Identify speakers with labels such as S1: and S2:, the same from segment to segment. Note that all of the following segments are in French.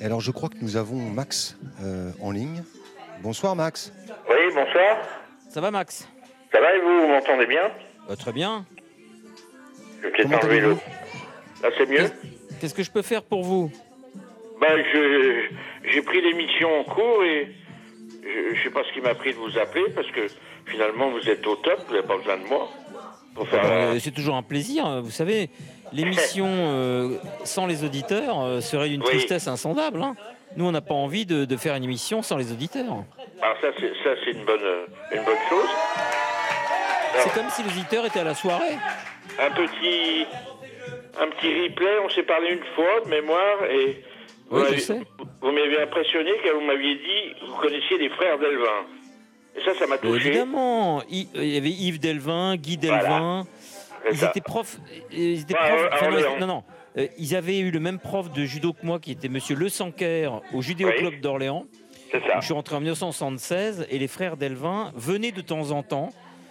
S1: Et alors, je crois que nous avons Max euh, en ligne. Bonsoir, Max.
S2: Oui, bonsoir.
S3: Ça va, Max
S2: Ça va et vous, vous m'entendez bien
S3: Bah, Très bien.
S2: Je vais peut-être
S1: Comment
S2: enlever le.
S1: allez-vous
S2: Là, c'est mieux
S3: Qu'est-ce que je peux faire pour vous
S2: Bah, je j'ai pris l'émission en cours et je, je sais pas ce qui m'a pris de vous appeler parce que finalement vous êtes au top, vous n'avez pas besoin de moi pour faire. la-
S3: Euh, C'est toujours un plaisir, euh, vous savez. L'émission euh, sans les auditeurs euh, serait d'une
S2: Oui.
S3: tristesse insondable. hein. Nous, on n'a pas envie de, de faire une émission sans les auditeurs.
S2: Alors ça c'est ça c'est une bonne euh, une bonne chose.
S3: C'est comme si les auditeurs étaient à la soirée.
S2: Un petit un petit replay, on s'est parlé une fois de mémoire et vous
S3: Oui, je
S2: m'avez-
S3: sais.
S2: vous m'avez impressionné car vous m'aviez dit que vous connaissiez les frères Delvin. Et ça, ça m'a touché.
S3: Bah, Évidemment, I- euh, il y avait Yves Delvin, Guy
S2: Voilà.
S3: Delvin.
S2: C'est
S3: Ils
S2: ça. Bah,
S3: étaient profs. euh, Ils étaient
S2: Ouais,
S3: profs-
S2: ouais,
S3: enfin, non,
S2: Orléans.
S3: ils- non, non. Euh, Ils avaient eu le même prof de judo que moi, qui était Monsieur Le Sanquer au Judéo Club
S2: Oui.
S3: d'Orléans.
S2: C'est ça.
S3: Je suis rentré en 1976 et les frères Delvin venaient de temps en temps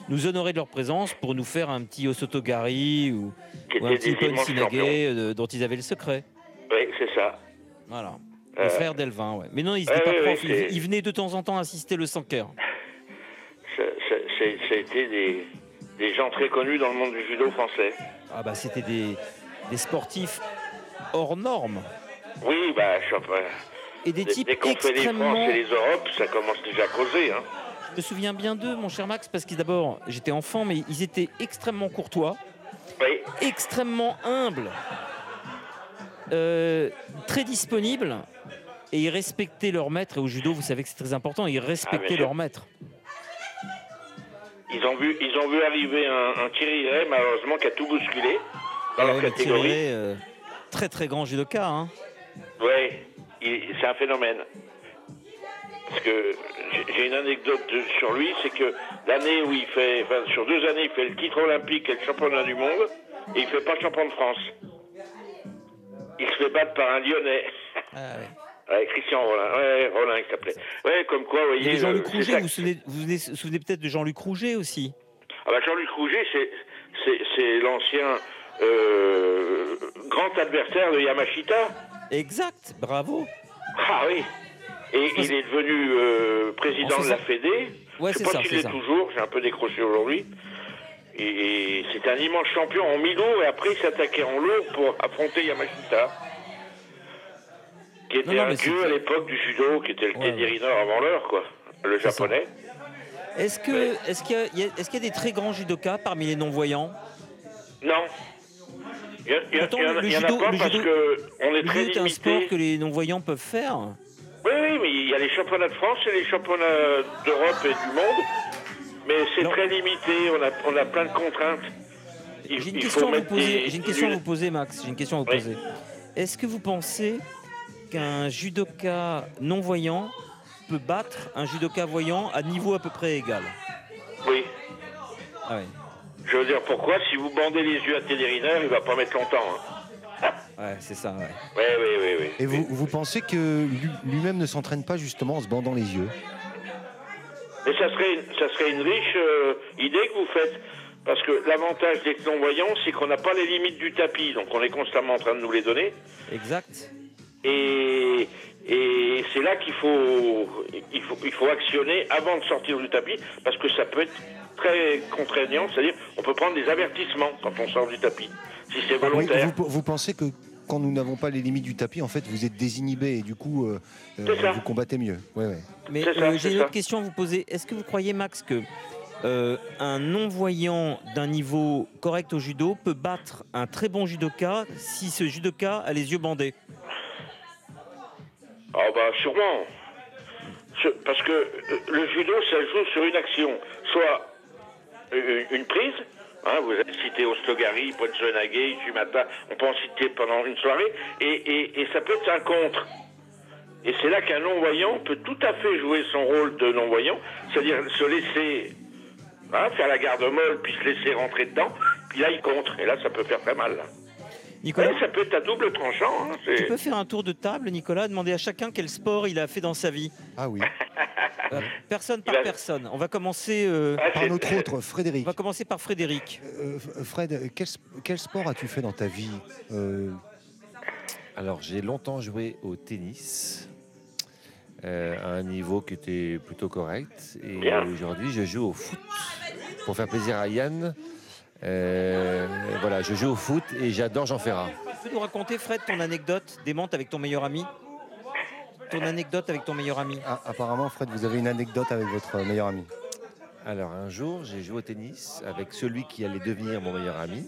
S3: nous honorer de leur présence pour nous faire un petit Osotogari ou,
S2: Qui
S3: ou un
S2: étaient
S3: petit
S2: des immenses
S3: Ponsinagé
S2: champions.
S3: dont ils avaient le secret.
S2: Oui, c'est ça.
S3: Voilà.
S2: Euh,
S3: Les frères Delvin, ouais. Mais non, ils
S2: ouais,
S3: n'étaient
S2: ouais,
S3: pas profs,
S2: ouais,
S3: ils,
S2: c'est-
S3: ils venaient de temps en temps assister le Sanquer.
S2: Ça, ça, c'est- ça a été des, des gens très connus dans le monde du judo français.
S3: Ah bah c'était des, des sportifs hors normes
S2: Oui, bah, je- enfin,
S3: et des
S2: dès,
S3: types
S2: dès qu'on fait les France
S3: extrêmement
S2: et les Europes, ça commence déjà à causer. Hein.
S3: Je me souviens bien d'eux, mon cher Max, parce que d'abord, j'étais enfant, mais ils étaient extrêmement courtois,
S2: Oui,
S3: extrêmement humbles, euh, très disponibles, et ils respectaient leur maître. Et au judo, vous savez que c'est très important, ils respectaient
S2: sûr.
S3: leur maître.
S2: ils ont vu, ils ont vu arriver un, un Thierry Ray, malheureusement, qui a tout bousculé dans
S3: Ah
S2: leur
S3: ouais, mais Thierry
S2: catégorie.
S3: Ray, euh, très très grand judoka. hein.
S2: Oui, il- c'est un phénomène. Parce que j'ai- j'ai une anecdote de- sur lui, c'est que l'année où il fait, enfin, sur deux années, il fait le titre olympique et le championnat du monde, et il fait pas champion de France. Il se fait battre par un Lyonnais.
S3: Ah ouais.
S2: Ouais, Christian Rollin, ouais, Rollin, il s'appelait. Ouais, comme quoi, vous
S3: Il y
S2: voyez.
S3: avait Jean-Luc
S2: euh, c'est
S3: Rouget,
S2: ça
S3: vous vous
S2: que-
S3: souvenez, vous venez- vous souvenez peut-être de Jean-Luc Rouget aussi.
S2: Ah bah, Jean-Luc Rouget, c'est, c'est, c'est l'ancien euh, grand adversaire de Yamashita.
S3: Exact, bravo.
S2: Ah oui. Et il est devenu euh, président
S3: En
S2: de la
S3: 60.
S2: Fédé.
S3: Oh, Ouais,
S2: je sais
S3: c'est
S2: pas
S3: ça,
S2: s'il
S3: c'est
S2: est
S3: ça.
S2: toujours, j'ai un peu décroché aujourd'hui. Et, et c'est un immense champion en mi-lourd et après il s'attaquait en lourd pour affronter Yamashita. Qui était
S3: non,
S2: un
S3: mais c'est-
S2: dieu à l'époque du judo, qui était le
S3: Ouais,
S2: Teddy Riner avant l'heure, quoi. Le
S3: C'est ça.
S2: japonais.
S3: Est-ce que- est-ce qu'il y, est qu'il y a des très grands judokas parmi les non-voyants
S2: Non. Il y a- il y a-
S3: Pourtant,
S2: il y en a-
S3: le
S2: il y en a
S3: judo-
S2: pas
S3: le
S2: parce
S3: judo-
S2: que on est
S3: Le
S2: très
S3: judo est un sport
S2: limité.
S3: que les non-voyants peuvent faire.
S2: Oui, oui, mais il y a les championnats de France et les championnats d'Europe et du monde. Mais c'est
S3: Non.
S2: très limité, on a, on a plein de contraintes. Il-
S3: J'ai une
S2: il faut
S3: question à vous
S2: mettre
S3: poser.
S2: des-
S3: J'ai une question à
S2: des-
S3: vous poser, Max. J'ai une question à vous
S2: Oui.
S3: poser. Est-ce que vous pensez qu'un judoka non voyant peut battre un judoka voyant à niveau à peu près égal
S2: Oui,
S3: Ah ouais.
S2: je veux dire pourquoi, si vous bandez les yeux à Teddy Riner, il va pas mettre longtemps. hein.
S3: Ouais, c'est ça. ouais.
S2: Oui, oui, oui, oui.
S1: Et vous, vous pensez que lui- lui-même ne s'entraîne pas justement en se bandant les yeux
S2: Mais ça serait, une- ça serait une riche euh, idée que vous faites. Parce que l'avantage des non-voyants, c'est qu'on n'a pas les limites du tapis, donc on est constamment en train de nous les donner.
S3: Exact.
S2: Et, et c'est là qu'il faut il, faut il faut actionner avant de sortir du tapis parce que ça peut être très contraignant, c'est-à-dire on peut prendre des avertissements quand on sort du tapis si c'est
S1: Ah Oui,
S2: volontaire.
S1: vous, vous pensez que quand nous n'avons pas les limites du tapis, en fait, vous êtes désinhibé et du coup, euh, euh,
S2: C'est ça.
S1: vous combattez mieux. Ouais, ouais.
S3: Mais
S2: C'est ça,
S3: euh,
S2: c'est
S3: j'ai une
S2: ça.
S3: autre question à vous poser. Est-ce que vous croyez, Max, que euh, un non-voyant d'un niveau correct au judo peut battre un très bon judoka si ce judoka a les yeux bandés
S2: Ah bah sûrement. Ce- Parce que euh, le judo, ça joue sur une action. Soit euh, une, une prise, hein, vous avez cité Ostogari, Potsonage, Jumata, on peut en citer pendant une soirée, et, et- et ça peut être un contre. Et c'est là qu'un non-voyant peut tout à fait jouer son rôle de non-voyant, c'est-à-dire se laisser hein, faire la garde molle, puis se laisser rentrer dedans, puis là il contre, et là ça peut faire très mal. là.
S3: Nicolas
S2: Ouais, ça peut être à double tranchant. hein,
S3: Tu
S2: c'est-
S3: peux faire un tour de table, Nicolas, demander à chacun quel sport il a fait dans sa vie.
S1: Ah oui.
S3: Euh, personne
S2: Il
S3: par
S2: a-
S3: personne. On va commencer. euh,
S2: Ah,
S1: Par
S2: c'est-
S1: notre autre,
S3: on
S1: Frédéric.
S3: va commencer par Frédéric.
S1: Euh, F- Fred, quel, s- quel sport as-tu fait dans ta vie Euh,
S4: Alors, j'ai longtemps joué au tennis euh, à un niveau qui était plutôt correct. Et
S2: Bien.
S4: aujourd'hui, je joue au foot pour faire plaisir à Yann. Euh, voilà, je joue au foot et j'adore Jean Ferrat.
S3: Tu peux nous raconter, Fred, ton anecdote démente avec ton meilleur ami Ton anecdote avec ton meilleur ami
S1: Ah, apparemment, Fred, vous avez une anecdote avec votre meilleur ami.
S4: Alors, un jour, j'ai joué au tennis avec celui qui allait devenir mon meilleur ami.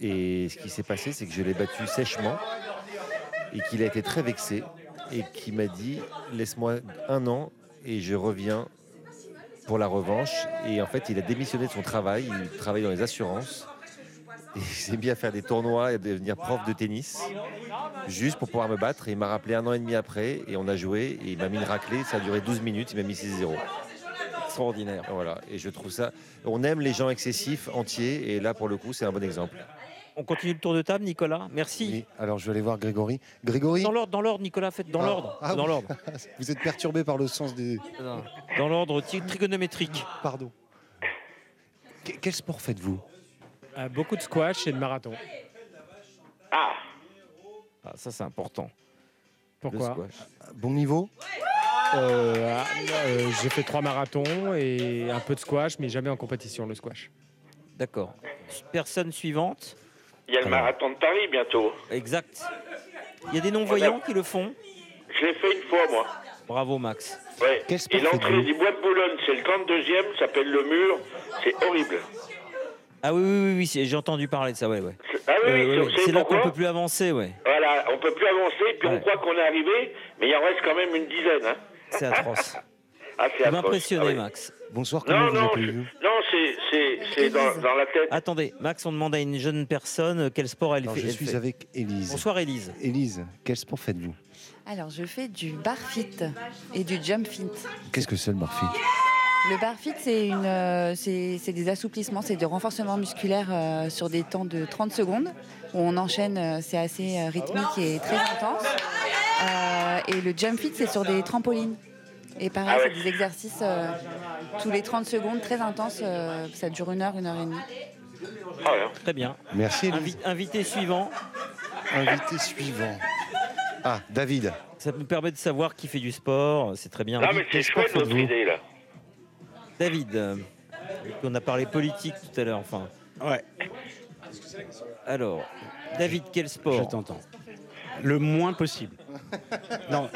S4: Et ce qui s'est passé, c'est que je l'ai battu sèchement et qu'il a été très vexé et qu'il m'a dit Laisse-moi un an et je reviens pour la revanche. Et en fait, il a démissionné de son travail il travaille dans les assurances. Et il s'est mis à faire des tournois et à devenir prof de tennis juste pour pouvoir me battre. Et il m'a rappelé un an et demi après et on a joué. Et il m'a mis une raclée. Ça a duré 12 minutes. Il m'a mis 6-0.
S3: Extraordinaire.
S4: Voilà, et je trouve ça. On aime les gens excessifs, entiers, et là, pour le coup, c'est un bon exemple.
S3: On continue le tour de table, Nicolas Merci.
S1: Oui, alors je vais aller voir Grégory. Grégory
S3: Dans l'ordre, dans l'ordre, Nicolas, faites dans
S1: Ah,
S3: l'ordre.
S1: ah
S3: dans
S1: oui.
S3: l'ordre.
S1: Vous êtes perturbé par le sens des.
S3: Dans l'ordre tri- trigonométrique.
S1: Pardon. Que- Quel sport faites-vous
S5: Euh, beaucoup de squash et de marathon.
S2: Ah,
S3: Ah, ça, c'est important.
S5: Pourquoi
S4: Le squash.
S1: Bon niveau
S5: Euh, ah, euh, J'ai fait trois marathons et un peu de squash, mais jamais en compétition le squash.
S3: D'accord. Personne suivante.
S2: il y a le marathon de Paris bientôt.
S3: Exact. Il y a des non-voyants qui le font.
S2: Je l'ai fait une fois, moi.
S3: Bravo, Max.
S2: Ouais.
S1: Quel sport
S2: Et l'entrée
S1: faites-vous
S2: du bois de Boulogne, c'est le 32e, s'appelle le mur. C'est horrible.
S3: Ah oui, oui, oui, oui, c'est- j'ai entendu parler de ça, ouais, ouais.
S2: Ah oui,
S3: Ouais, ouais,
S2: oui,
S3: ouais.
S2: c'est
S3: Euh, C'est là qu'on
S2: pourquoi
S3: peut plus avancer, ouais.
S2: Voilà, on peut plus avancer, puis
S3: Ouais.
S2: on croit qu'on est arrivé, mais il en reste quand même une dizaine. Hein.
S3: C'est atroce.
S2: Ah, c'est
S3: Tu
S2: atroce. Ah
S3: m'impressionnais,
S2: oui.
S3: Max.
S1: Bonsoir, comment
S2: Non,
S1: vous
S2: non,
S1: appelez
S2: je-
S1: vous
S2: non, c'est, c'est, c'est dans, dans la tête.
S3: Attendez, Max, on demande à une jeune personne euh, quel sport elle
S1: Alors,
S3: fait.
S1: Je
S3: elle
S1: suis
S3: fait.
S1: avec Élise.
S3: Bonsoir, Élise.
S1: Élise, quel sport faites-vous
S6: Alors, je fais du bar fit et du jump fit.
S1: Qu'est-ce que c'est le Murphy
S6: Le bar fit, c'est une, euh, c'est c'est des assouplissements, c'est des renforcements musculaires euh, sur des temps de 30 secondes où on enchaîne, euh, c'est assez euh, rythmique et très intense. Euh, et le jump fit, c'est sur des trampolines. Et pareil,
S2: Ah ouais.
S6: c'est des exercices euh, tous les 30 secondes, très intenses. euh, ça dure une heure, une heure et demie.
S2: Ah, ouais.
S3: Très bien.
S1: Merci Élise.
S3: Invi- invité suivant.
S1: Invité suivant. Ah, David.
S3: Ça nous permet de savoir qui fait du sport. C'est très bien.
S2: Non, mais c'est
S1: quel sport
S2: chouette notre
S1: faites-vous
S2: idée, là.
S3: David, euh, on a parlé politique tout à l'heure, enfin.
S7: Ouais,
S3: Alors, David, quel
S7: je
S3: sport
S7: t'entends. Le moins possible. Non,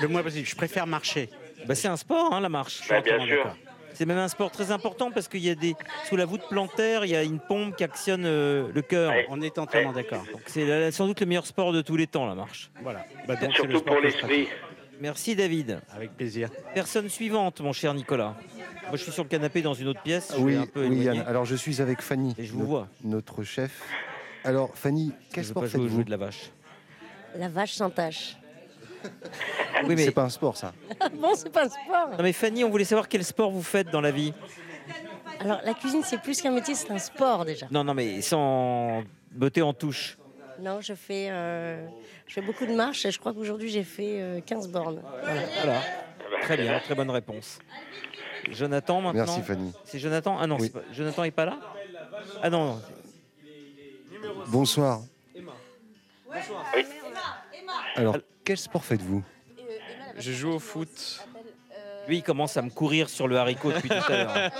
S7: le moins possible. Je préfère marcher.
S3: Bah, C'est un sport, hein, la marche.
S7: Je suis
S2: Bah, bien
S7: entièrement
S2: sûr.
S7: d'accord.
S3: C'est même un sport très important parce qu'il y a des sous la voûte plantaire, il y a une pompe qui actionne euh, le cœur.
S2: Ouais.
S7: On est entièrement d'accord.
S3: Donc c'est la- sans doute le meilleur sport de tous les temps, la marche.
S7: Voilà. Bah, donc, c'est le
S2: Surtout
S7: sport
S2: pour
S7: que je pratique.
S2: l'esprit.
S3: Merci David.
S7: Avec plaisir.
S3: Personne suivante, mon cher Nicolas. Moi, je suis sur le canapé dans une autre pièce. je
S1: Oui,
S3: vais un peu
S1: oui,
S3: éloigner.
S1: Yann. Alors je suis avec Fanny.
S3: Et je vous
S1: notre-
S3: vois.
S1: Notre chef. Alors Fanny,
S3: Je
S1: quel
S3: veux
S1: sport
S3: pas jouer au
S1: faites-vous
S3: jeu de la vache.
S8: La vache sans tache.
S3: Oui, mais,
S1: C'est pas un sport ça.
S8: Ah bon, c'est pas un sport.
S3: non, mais Fanny, on voulait savoir quel sport vous faites dans la vie.
S8: Alors, la cuisine, c'est plus qu'un métier, c'est un sport déjà.
S3: Non, non, mais sans beauté en touche.
S8: Non, je fais, euh, je fais beaucoup de marches et je crois qu'aujourd'hui, j'ai fait euh, 15 bornes. Voilà.
S3: Voilà. Très bien, très bonne réponse. Jonathan maintenant.
S1: Merci Fanny.
S3: C'est Jonathan Ah non,
S1: Oui.
S3: c'est pas- Jonathan n'est pas là Ah non, non.
S1: Bonsoir.
S2: Oui.
S1: Alors quel sport faites-vous
S9: Je joue au foot.
S3: lui il commence à me courir sur le haricot depuis tout à l'heure.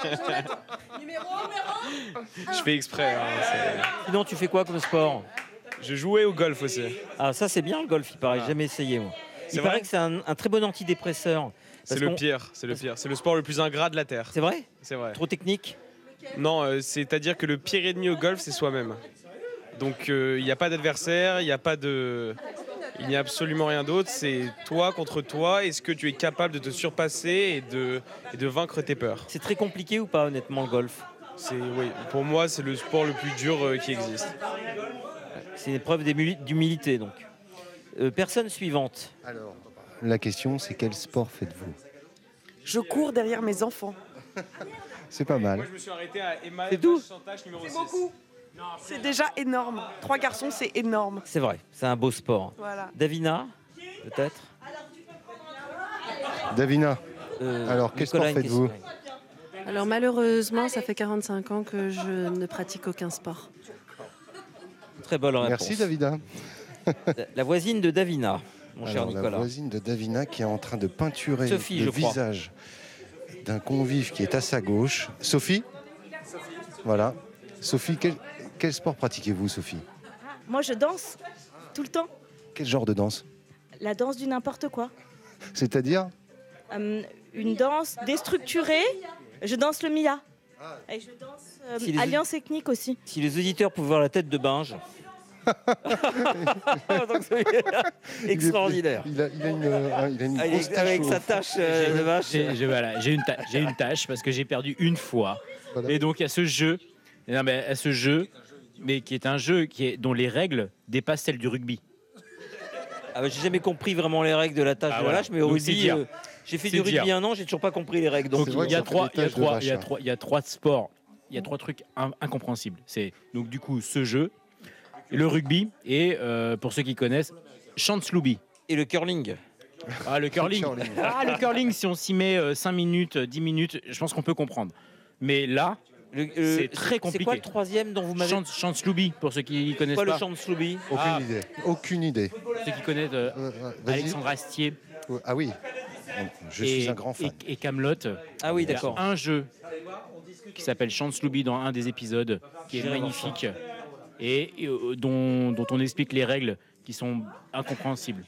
S9: Je fais exprès. hein, c'est-
S3: Sinon, tu fais quoi comme sport
S9: je jouais au golf aussi.
S3: Ah, ça c'est bien le golf, il paraît. J'ai Jamais essayé moi. Il
S9: C'est
S3: paraît
S9: vrai
S3: que c'est un, un très bon antidépresseur.
S9: C'est
S3: Parce
S9: le
S3: qu'on-
S9: pire. C'est le pire. C'est le sport le plus ingrat de la terre.
S3: C'est vrai
S9: C'est vrai.
S3: Trop technique
S9: Non, euh, c'est-à-dire que le pire ennemi au golf, c'est soi-même. Donc euh, il n'y a pas d'adversaire, il n'y a pas de, il n'y a absolument rien d'autre. C'est toi contre toi. Est-ce que tu es capable de te surpasser et de et de vaincre tes peurs
S3: C'est très compliqué ou pas, honnêtement, le golf
S9: C'est oui. Pour moi, c'est le sport le plus dur euh, qui existe.
S3: C'est une épreuve d'ému- d'humilité donc. Euh, personne suivante.
S1: Alors la question c'est quel sport faites-vous
S10: Je cours derrière mes enfants.
S1: C'est pas mal.
S9: je me suis arrêté à Emma.
S3: C'est d'où
S9: numéro
S10: C'est déjà énorme. Trois garçons, c'est énorme.
S3: C'est vrai, c'est un beau sport.
S10: Voilà.
S3: Davina, peut-être
S1: Davina,
S3: Euh,
S1: Alors, quel
S3: Nicolas,
S1: sport
S3: une
S1: faites-vous
S3: question.
S11: Alors malheureusement, ça fait 45 ans que je ne pratique aucun sport.
S3: Très bonne réponse.
S1: merci Davida.
S3: La voisine de Davina, mon cher
S1: Alors, La
S3: Nicolas.
S1: voisine de Davina qui est en train de peinturer
S3: Sophie, je
S1: le
S3: crois.
S1: visage d'un convive qui est à sa gauche. Sophie Voilà. Sophie, quel, quel sport pratiquez-vous, Sophie
S12: Moi, je danse tout le temps.
S1: Quel genre de danse
S12: La danse du n'importe quoi.
S1: C'est-à-dire
S12: Hum, une danse déstructurée. Je danse le Mia. Et je danse euh,
S3: Si les-
S12: Alliance Ethnique aussi.
S3: Si les auditeurs pouvaient voir la tête de Binge. Donc, c'est extraordinaire.
S1: Il a, il a une, euh, il a une
S3: Ah, il est
S1: grosse tache
S3: avec
S1: au
S3: sa
S1: front.
S3: tache euh, de vache.
S13: J'ai j'ai- voilà, j'ai une, ta- j'ai une tâche parce que j'ai perdu une fois. Et donc à ce jeu, non, mais à ce jeu, mais qui est un jeu qui est, dont les règles dépassent celles du rugby.
S3: Ah bah, j'ai jamais compris vraiment les règles de la tâche
S13: Ah,
S3: de la
S13: voilà.
S3: vache, mais au
S13: Donc, c'est
S3: rugby,
S13: dire.
S3: euh, j'ai fait
S13: C'est
S3: du rugby
S13: dire.
S3: un an, j'ai toujours pas compris les règles. Donc,
S13: Donc, il y a trois, il y a trois, il y a
S3: trois-
S13: trois, il y a trois sports, il y a trois trucs in- incompréhensibles. C'est donc du coup ce jeu, le rugby et euh, pour ceux qui connaissent, Chantsloubi.
S3: Et le curling.
S13: Ah le curling. ah le curling, si on s'y met 5 minutes, 10 minutes, je pense qu'on peut comprendre. Mais là,
S3: Euh,
S13: c'est très compliqué.
S3: C'est quoi le troisième dont vous m'avez
S13: Chance, Chantsloubi, pour ceux qui connaissent
S3: Quoi, le
S13: pas.
S3: Chantsloubi
S1: Aucune
S13: Ah,
S1: idée. Aucune idée.
S13: Ceux qui connaissent euh,
S1: vas-y.
S13: Alexandre Astier.
S1: Ah oui. Je
S13: et,
S1: suis un grand fan.
S13: Et, Camelot.
S3: Ah oui, d'accord.
S13: Un jeu qui s'appelle Chantsloubi dans un des épisodes, qui est
S3: J'irai voir
S13: magnifique et, et, euh, dont, dont on explique les règles qui sont incompréhensibles.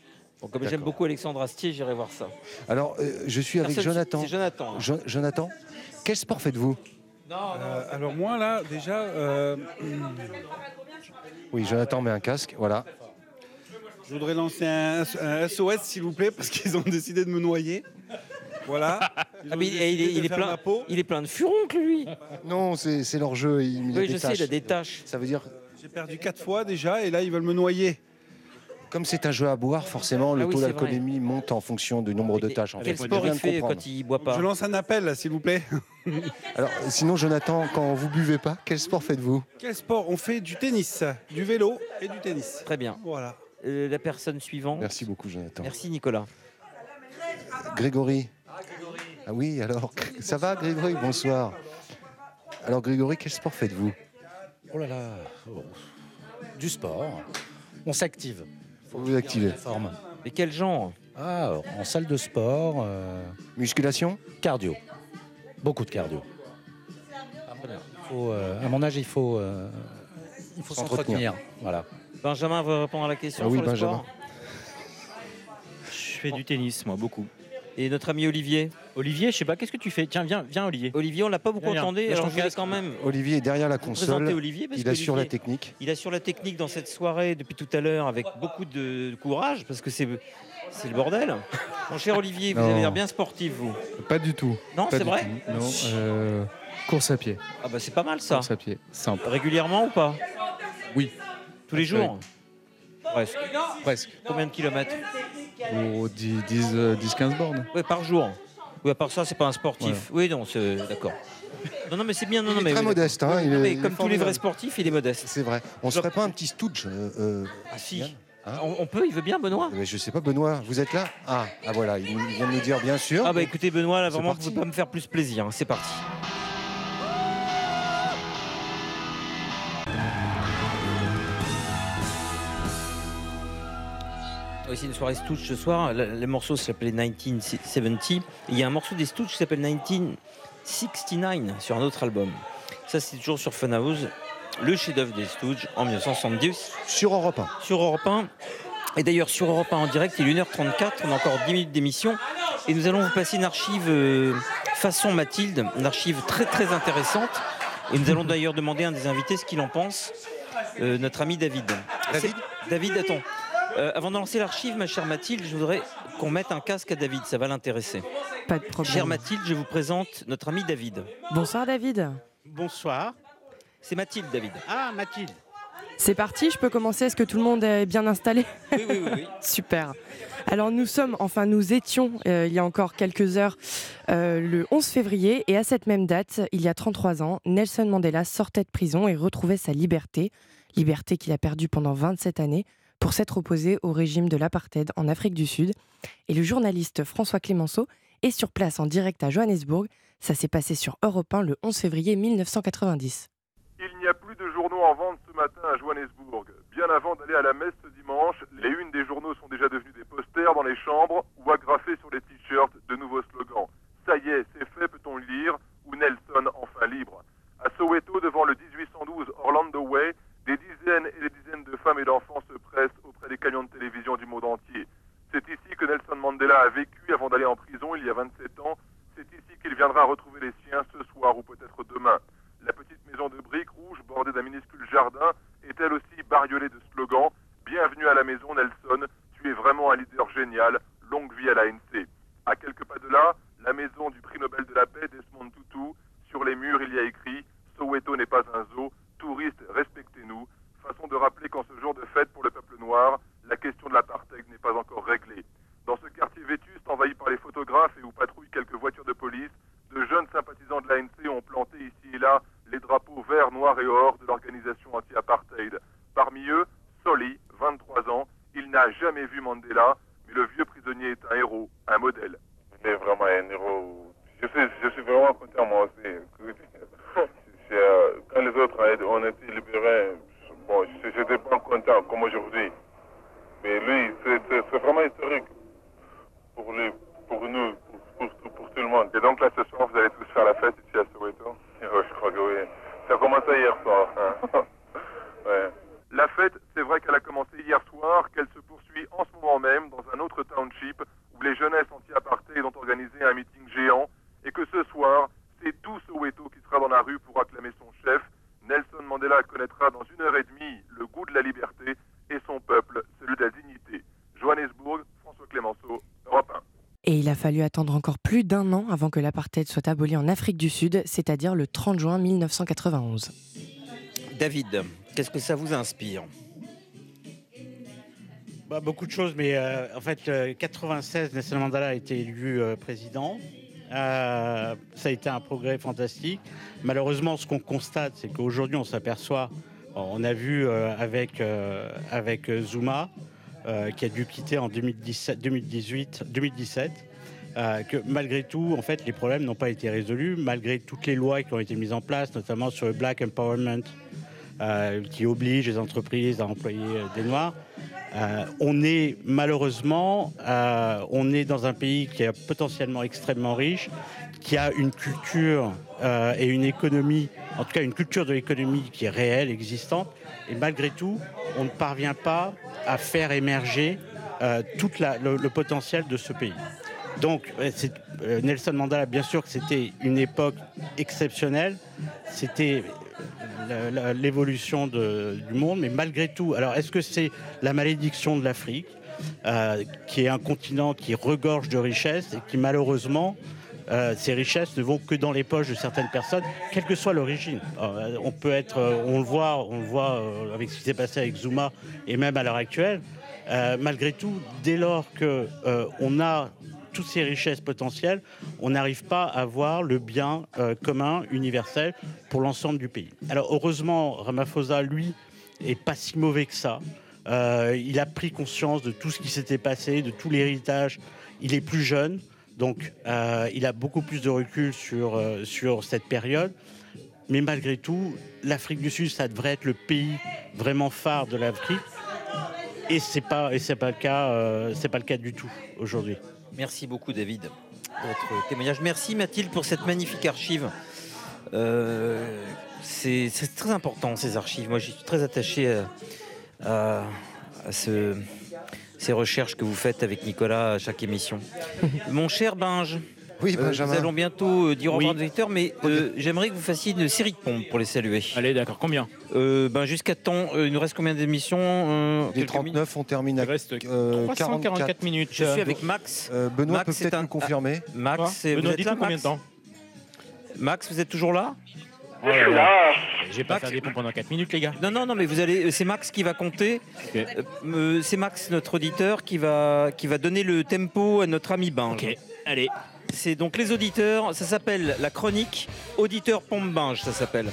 S3: Comme j'aime beaucoup Alexandre Astier, j'irai voir ça.
S1: Alors, euh, je suis avec
S3: Personne-
S1: Jonathan.
S3: c'est Jonathan, hein.
S1: Jo- Jonathan, quel sport faites-vous
S14: Euh, alors moi là déjà, euh,
S1: Hmm. Oui, Jonathan met un casque. Voilà.
S14: je voudrais lancer un, un SOS s'il vous plaît parce qu'ils ont décidé de me noyer. Voilà. Ils
S3: Ah,
S14: ont
S3: mais il, il
S14: décidé
S3: est-
S14: de
S3: il est
S14: faire
S3: plein,
S14: ma peau.
S3: il est plein de furoncles, lui.
S1: Non, c'est c'est leur jeu. Il, il a
S3: Oui,
S1: des
S3: je sais, il a des tâches.
S1: Ça veut dire.
S14: J'ai perdu quatre fois déjà et là ils veulent me noyer.
S1: Comme c'est un jeu à boire, forcément, le
S14: Ah oui,
S1: taux
S14: c'est
S1: d'alcoolémie monte en fonction du nombre de tâches. En
S14: quel
S1: fait.
S14: sport
S1: Je viens
S14: il
S1: de
S14: fait
S1: comprendre.
S14: quand il boit pas Je lance un appel là, s'il vous plaît.
S1: Alors, sinon, Jonathan, quand vous buvez pas, quel sport faites-vous
S14: Quel sport On fait du tennis, du vélo et du tennis.
S3: Très bien.
S14: Voilà.
S3: Euh, la personne suivante.
S1: Merci beaucoup, Jonathan.
S3: Merci, Nicolas.
S1: Grégory. Ah oui, alors, ça va, Grégory Bonsoir. Alors, Grégory, quel sport faites-vous
S15: Oh là là, oh. du sport. On s'active.
S1: Faut vous activer.
S15: La forme.
S3: Et quel genre
S15: Ah, en salle de sport.
S1: Musculation
S15: Cardio. Beaucoup de cardio. Faut, euh, à mon âge, il faut, euh, il faut s'entretenir. Voilà.
S3: Benjamin veut répondre à la question.
S15: Ah oui,
S3: sur le
S15: Benjamin.
S3: sport Je fais du tennis, moi, beaucoup. Et notre ami Olivier
S13: Olivier, je sais pas, qu'est-ce que tu fais Tiens, viens, viens, Olivier.
S3: Olivier, on l'a pas beaucoup
S13: Viens, viens.
S3: entendu,
S13: Lâche
S3: alors
S13: ton
S3: je voulais
S13: casque.
S3: quand même.
S1: Olivier est derrière la console.
S3: Présenter Olivier parce
S1: il assure
S3: qu'Olivier-
S1: la technique.
S3: Il assure la technique dans cette soirée depuis tout à l'heure avec beaucoup de courage parce que c'est c'est le bordel. Mon cher Olivier, vous
S16: Non.
S3: avez l'air bien sportif vous.
S16: Pas du tout.
S3: Non,
S16: Pas
S3: c'est
S16: du
S3: vrai
S16: tout. Non, euh, course à pied.
S3: Ah bah c'est pas mal ça.
S16: Course à pied, simple.
S3: Régulièrement ou pas
S16: Oui.
S3: Tous les jours Presque.
S16: Presque.
S3: Combien de kilomètres
S16: Pour 10, 10, euh, 10, 15 bornes.
S3: Ouais, par jour. Oui, à part ça, c'est pas un sportif. Oui, non, c'est d'accord. Non, non, mais c'est bien. Non, non,
S1: Il est
S3: mais
S1: très
S3: oui,
S1: modeste. hein,
S3: d'accord.
S1: il
S3: Non,
S1: est-
S3: mais
S1: il est
S3: comme tous les
S1: formidable.
S3: vrais sportifs, il est modeste.
S1: C'est vrai. On se ferait pas un petit stooge euh, euh,
S3: Ah si.
S1: Yann
S3: on, on peut, il veut bien, Benoît.
S1: Ah, Mais je sais pas, Benoît, vous êtes là ah, ah, voilà, il il vient de nous dire bien sûr.
S3: Ah bah écoutez, Benoît, là,
S1: C'est
S3: vraiment, vous
S1: parti.
S3: pouvez pas me faire plus plaisir. hein. C'est parti. Oui, c'est une soirée Stooge ce soir. Le, le morceau s'appelait 1970. Il y a un morceau des Stooges qui s'appelle 1969 sur un autre album. Ça, c'est toujours sur Fun House. Le chef-d'œuvre des Stooges en 1970.
S1: Sur Europe 1.
S3: Sur Europe 1. Et d'ailleurs, sur Europe 1 en direct, il est 1h34. On a encore 10 minutes d'émission. Et nous allons vous passer une archive euh, façon Mathilde, une archive très très intéressante. Et nous allons d'ailleurs demander à un des invités ce qu'il en pense, euh, notre ami David. David David, attends. Euh, avant de lancer l'archive, ma chère Mathilde, je voudrais qu'on mette un casque à David, ça va l'intéresser.
S17: Pas de problème.
S3: Chère Mathilde, je vous présente notre ami David.
S17: Bonsoir David.
S7: Bonsoir.
S3: C'est Mathilde, David.
S7: Ah, Mathilde.
S17: C'est parti, je peux commencer. Est-ce que tout le monde est bien installé
S3: Oui, oui, oui.
S17: Super. Alors nous sommes, enfin nous étions euh, il y a encore quelques heures, euh, le 11 février, et à cette même date, il y a 33 ans, Nelson Mandela sortait de prison et retrouvait sa liberté, liberté qu'il a perdue pendant 27 années pour s'être opposé au régime de l'apartheid en Afrique du Sud. Et le journaliste François Clémenceau est sur place en direct à Johannesburg. Ça s'est passé sur Europe 1 le 11 février 1990.
S18: Il n'y a plus de journaux en vente ce matin à Johannesburg. Bien bien avant d'aller à la messe ce dimanche, les unes des journaux sont déjà devenues des posters dans les chambres ou agrafés sur les t-shirts de nouveaux slogans. Ça y est, c'est fait, peut-on le lire, ou Nelson enfin libre. À Soweto, devant le 1812 Orlando Way, des dizaines et des dizaines de femmes et d'enfants se pressent auprès des camions de télévision du monde entier. C'est ici que Nelson Mandela a vécu avant d'aller en prison il y a 27 ans. C'est ici qu'il viendra retrouver les siens ce soir ou peut-être demain. La petite maison de briques rouges bordée d'un minuscule jardin est elle aussi bariolée de slogans. Bienvenue à la maison Nelson, tu es vraiment un leader génial, longue vie à l'ANC. À quelques pas de là, la maison du prix Nobel de la paix Desmond Tutu, sur les murs il y a écrit Soweto n'est pas un zoo, touristes respectez-nous. Façon de rappeler qu'en ce jour de fête pour le peuple noir, la question de l'apartheid n'est pas encore réglée. Dans ce quartier vétuste envahi par les photographes et où patrouillent quelques voitures de police, de jeunes sympathisants de l'ANC ont planté ici et là les drapeaux vert, noir et or de l'organisation anti-apartheid. Parmi eux, Soli, 23 ans, il n'a jamais vu Mandela, mais le vieux prisonnier est un héros, un modèle.
S19: C'est vraiment un héros. Je suis, je suis vraiment content, moi aussi. Écoute, c'est, euh, quand les autres euh, ont été libérés, bon, je n'étais pas content comme aujourd'hui. Mais lui, c'est- c'est c'est vraiment historique pour lui, pour nous, pour, pour tout- pour tout le monde. Et donc là, ce soir, vous allez tous faire la fête ici à Soweto Je crois que oui. Ça a commencé hier soir. hein. ouais.
S18: La fête, c'est vrai qu'elle a commencé hier soir, qu'elle se poursuit en ce moment même dans un autre township où les jeunesses anti-apartheid ont organisé un meeting géant et que ce soir, c'est tout Soweto qui sera dans la rue pour acclamer son chef. Nelson Mandela connaîtra dans une heure et demie le goût de la liberté et son peuple, celui de la dignité. Johannesburg, François Clémenceau, Europe 1.
S17: Et il a fallu attendre encore plus d'un an avant que l'apartheid soit aboli en Afrique du Sud, c'est-à-dire le 30 juin 1991.
S3: David, qu'est-ce que ça vous inspire
S7: Bah, beaucoup de choses, mais euh, en fait, euh, 96, Nelson Mandela a été élu euh, président. Euh, ça a été un progrès fantastique. Malheureusement, ce qu'on constate, c'est qu'aujourd'hui, on s'aperçoit, on a vu euh, avec, euh, avec euh, Zuma, euh, qui a dû quitter en 2017, 2018, 2017, euh, que malgré tout, en fait, les problèmes n'ont pas été résolus, malgré toutes les lois qui ont été mises en place, notamment sur le Black Empowerment, euh, qui oblige les entreprises à employer euh, des noirs. Euh, on est malheureusement, euh, on est dans un pays qui est potentiellement extrêmement riche, qui a une culture euh, et une économie, en tout cas une culture de l'économie qui est réelle, existante, et malgré tout, on ne parvient pas à faire émerger euh, tout le, le potentiel de ce pays. Donc, euh, c'est- euh, Nelson Mandela, bien sûr que c'était une époque exceptionnelle, c'était la- la- l'évolution de- du monde, mais malgré tout, alors est-ce que c'est la malédiction de l'Afrique, euh, qui est un continent qui regorge de richesses et qui malheureusement, euh, ces richesses ne vont que dans les poches de certaines personnes, quelle que soit l'origine. Euh, on peut être, euh, on le voit, on le voit euh, avec ce qui s'est passé avec Zuma et même à l'heure actuelle. Euh, malgré tout, dès lors que euh, on a toutes ces richesses potentielles, on n'arrive pas à voir le bien euh, commun, universel, pour l'ensemble du pays. Alors heureusement, Ramaphosa, lui, est pas si mauvais que ça. Euh, il a pris conscience de tout ce qui s'était passé, de tout l'héritage. Il est plus jeune, donc euh, il a beaucoup plus de recul sur, euh, sur cette période. Mais malgré tout, l'Afrique du Sud, ça devrait être le pays vraiment phare de l'Afrique. Et c'est pas et c'est pas le cas, euh, c'est pas le cas du tout aujourd'hui.
S3: Merci beaucoup, David, pour votre témoignage. Merci, Mathilde, pour cette magnifique archive. Euh, c'est c'est très important, ces archives. Moi, je suis très attaché à, à- à ce- ces recherches que vous faites avec Nicolas à chaque émission. Mon cher Binge.
S1: Oui,
S3: euh,
S1: Benjamin.
S3: Nous allons bientôt euh, dire au revoir
S1: Oui.
S3: aux auditeurs, mais euh, j'aimerais que vous fassiez une série de pompes pour les saluer.
S13: Allez, d'accord. Combien
S3: ben, Jusqu'à temps, euh, il nous reste combien d'émissions euh,
S1: Les
S3: quelques minutes
S1: 39, on termine à euh, 44
S3: Je suis avec Max.
S1: Euh, Benoît
S3: Max
S1: peut
S3: est
S1: peut-être
S3: un-
S1: nous confirmer.
S3: Ah,
S13: Euh,
S3: Max, et- vous êtes là, Max Max, vous êtes toujours là
S13: Je suis là.
S3: J'ai pas
S13: faire des pompes pendant 4 minutes, les gars.
S3: Non, non, non, mais vous allez. C'est Max qui va compter. Euh, euh, c'est Max, notre auditeur, qui va qui va donner le tempo à notre ami Binge.
S13: Ok. Allez.
S3: C'est donc les auditeurs. Ça s'appelle la chronique auditeur pompe Binge. Ça s'appelle.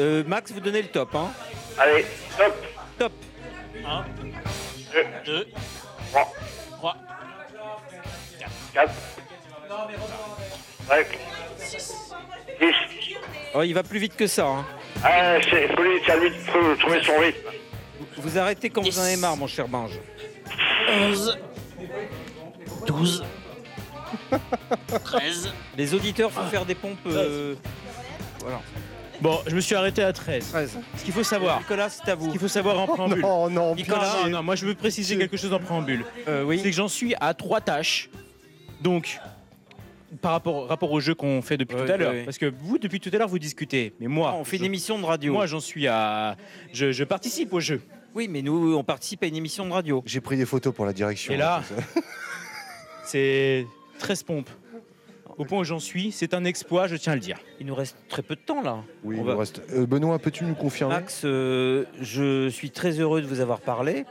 S3: Euh, Max, vous donnez le top. Hein.
S2: Allez, top.
S3: Top.
S13: 1, 2,
S2: 3,
S13: 3,
S2: 4, 5, 10.
S3: Oh, il va plus vite que ça. hein.
S2: Ah, c'est faut lui- ça lui- faut trouver son rythme.
S3: Vous arrêtez quand vous en avez marre, mon cher Bange. 11, 12, 13. Les auditeurs font faire des pompes. euh, voilà.
S13: Bon, je me suis arrêté à 13. Ce qu'il faut savoir.
S3: Nicolas, c'est à vous.
S13: Ce qu'il faut savoir en préambule.
S1: non, non,
S13: Nicolas,
S1: pitié.
S13: Oh, non, non, moi je veux préciser quelque chose en préambule. C'est que j'en suis à trois tâches. Donc, par rapport, rapport au jeu qu'on fait depuis tout à
S3: oui,
S13: l'heure.
S3: oui.
S13: Parce que vous, depuis tout à l'heure, vous discutez. Mais moi. Ah, on fait
S3: une émission de radio.
S13: Moi, j'en suis à. Je, je participe au jeu.
S3: Oui, mais nous, on participe à une émission de radio.
S1: J'ai pris des photos pour la direction.
S13: Et là, c'est 13 pompes. Au point où j'en suis, c'est un exploit, je tiens à le dire.
S3: Il nous reste très peu de temps là.
S1: Oui,
S3: On
S1: il
S3: va-
S1: nous reste. Euh, Benoît, peux-tu nous confirmer
S3: Max, euh, je suis très heureux de vous avoir parlé.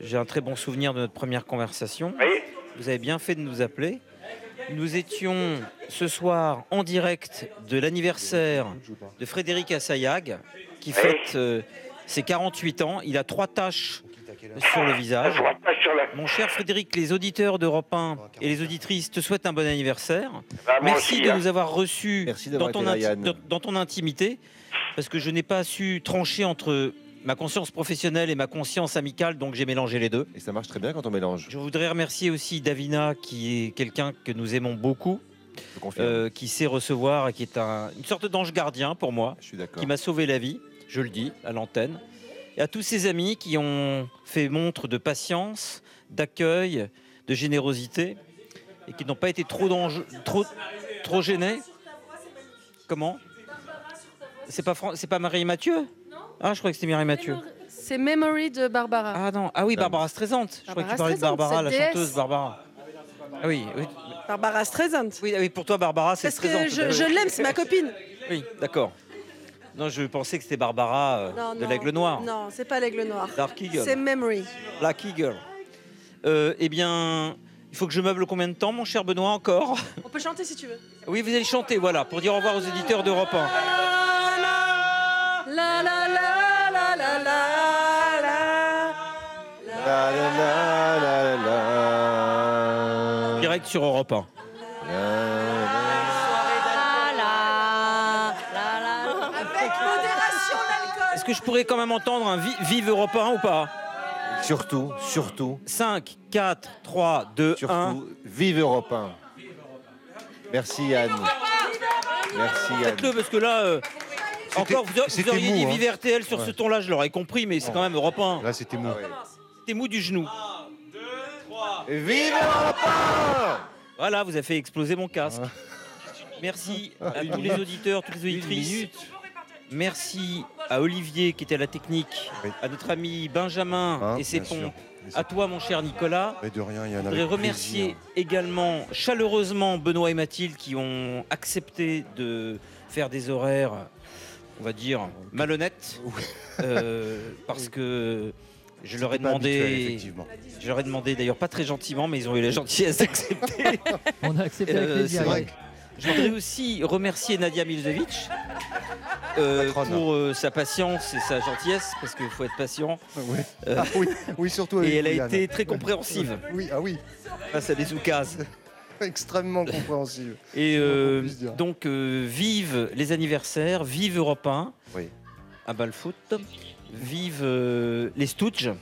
S3: J'ai un très bon souvenir de notre première conversation. Vous avez bien fait de nous appeler. Nous étions ce soir en direct de l'anniversaire de Frédéric Assayag, qui fête euh, ses 48 ans. Il a trois taches sur le visage. Mon cher Frédéric, les auditeurs d'Europe 1 et les auditrices te souhaitent un bon anniversaire.
S2: Bah, moi
S3: Merci
S2: aussi,
S3: de
S2: hein.
S3: nous avoir reçus dans
S2: d'avoir
S3: ton,
S2: été là,
S3: inti-
S2: Yann.
S3: dans- dans ton intimité, parce que je n'ai pas su trancher entre ma conscience professionnelle et ma conscience amicale, donc j'ai mélangé les deux.
S4: Et ça marche très bien quand on mélange.
S3: Je voudrais remercier aussi Davina, qui est quelqu'un que nous aimons beaucoup, euh, qui sait recevoir et qui est un- une sorte d'ange gardien pour moi, qui m'a sauvé la vie, je le dis, à l'antenne. Et à tous ses amis qui ont fait montre de patience, d'accueil, de générosité, et qui n'ont pas été trop, dange- trop, trop gênés. Comment C'est pas, Fran- c'est pas Marie et Mathieu Ah, je crois que c'était Marie et Mathieu.
S11: C'est Memory de Barbara.
S3: Ah non, ah oui, Barbara Streisand. Je crois que tu
S11: Barbara Streisand,
S3: parlais de
S11: cette
S3: Barbara, la
S11: déesse.
S3: chanteuse Barbara. Ah oui, oui.
S11: Barbara Streisand.
S3: Oui, ah oui, pour toi, Barbara, c'est
S11: Parce que
S3: Streisand.
S11: je, je l'aime, c'est ma copine.
S3: Oui, d'accord. Non, je pensais que c'était Barbara euh,
S11: Non,
S3: de
S11: non,
S3: l'Aigle Noir.
S11: Non, c'est pas l'aigle noir.
S3: Dark Eagle.
S11: C'est Memory.
S3: Black Eagle. Euh, eh bien, il faut que je meuble combien de temps, mon cher Benoît, encore
S11: On peut chanter si tu veux.
S3: Oui, vous allez chanter, voilà, pour dire au revoir aux éditeurs d'Europe 1.
S11: La la la la la la la.
S4: La, la, la, la, la, la.
S3: Direct sur Europe 1.
S10: Avec modération l'alcool.
S3: Est-ce que je pourrais quand même entendre un vi- vive Europe 1 ou pas
S4: Surtout, surtout.
S3: 5, 4, 3, 2,
S4: Surtout,
S3: 1.
S4: vive Europe 1. Merci Yann. Merci Yann.
S3: Faites-le parce que là, euh, encore, vous, a- vous
S4: c'était
S3: auriez
S4: mou,
S3: dit
S4: hein.
S3: Vive RTL sur
S4: Ouais.
S3: ce ton-là, je l'aurais compris, mais c'est quand même Europe 1.
S1: Là,
S4: Ah
S1: c'était mou.
S3: C'était mou du genou.
S4: Vive Europe 1
S3: Voilà, vous avez fait exploser mon casque.
S1: Ah.
S3: Merci à tous les auditeurs, toutes les auditrices. Merci à Olivier qui était à la technique, à notre ami Benjamin
S1: Hein,
S3: et ses
S1: bien sûr.
S3: ponts, à toi mon cher Nicolas.
S1: Mais de rien, il y en
S3: Je
S1: a.
S3: voudrais remercier également chaleureusement Benoît et Mathilde qui ont accepté de faire des horaires, on va dire, malhonnêtes. euh, parce que je leur ai
S1: C'était pas
S3: demandé.
S1: habituel, effectivement.
S3: Je leur ai demandé d'ailleurs pas très gentiment, mais ils ont eu la gentillesse d'accepter.
S20: On a accepté avec
S3: Euh,
S20: plaisir.
S3: c'est vrai.
S20: ouais.
S3: Je voudrais aussi remercier Nadia Miljevic euh, pour euh, sa patience et sa gentillesse, parce qu'il faut être patient.
S1: Oui.
S3: Euh,
S1: Ah oui, oui, surtout avec
S3: et elle a
S1: vous, Yann.
S3: été très compréhensive.
S1: Oui, ah oui.
S3: Face à des oukases.
S1: Extrêmement compréhensive.
S3: Et euh,
S1: puisse dire.
S3: donc, euh, vive les anniversaires, vive Europe 1,
S1: Oui.
S3: à balle foot, vive euh, les Stooges,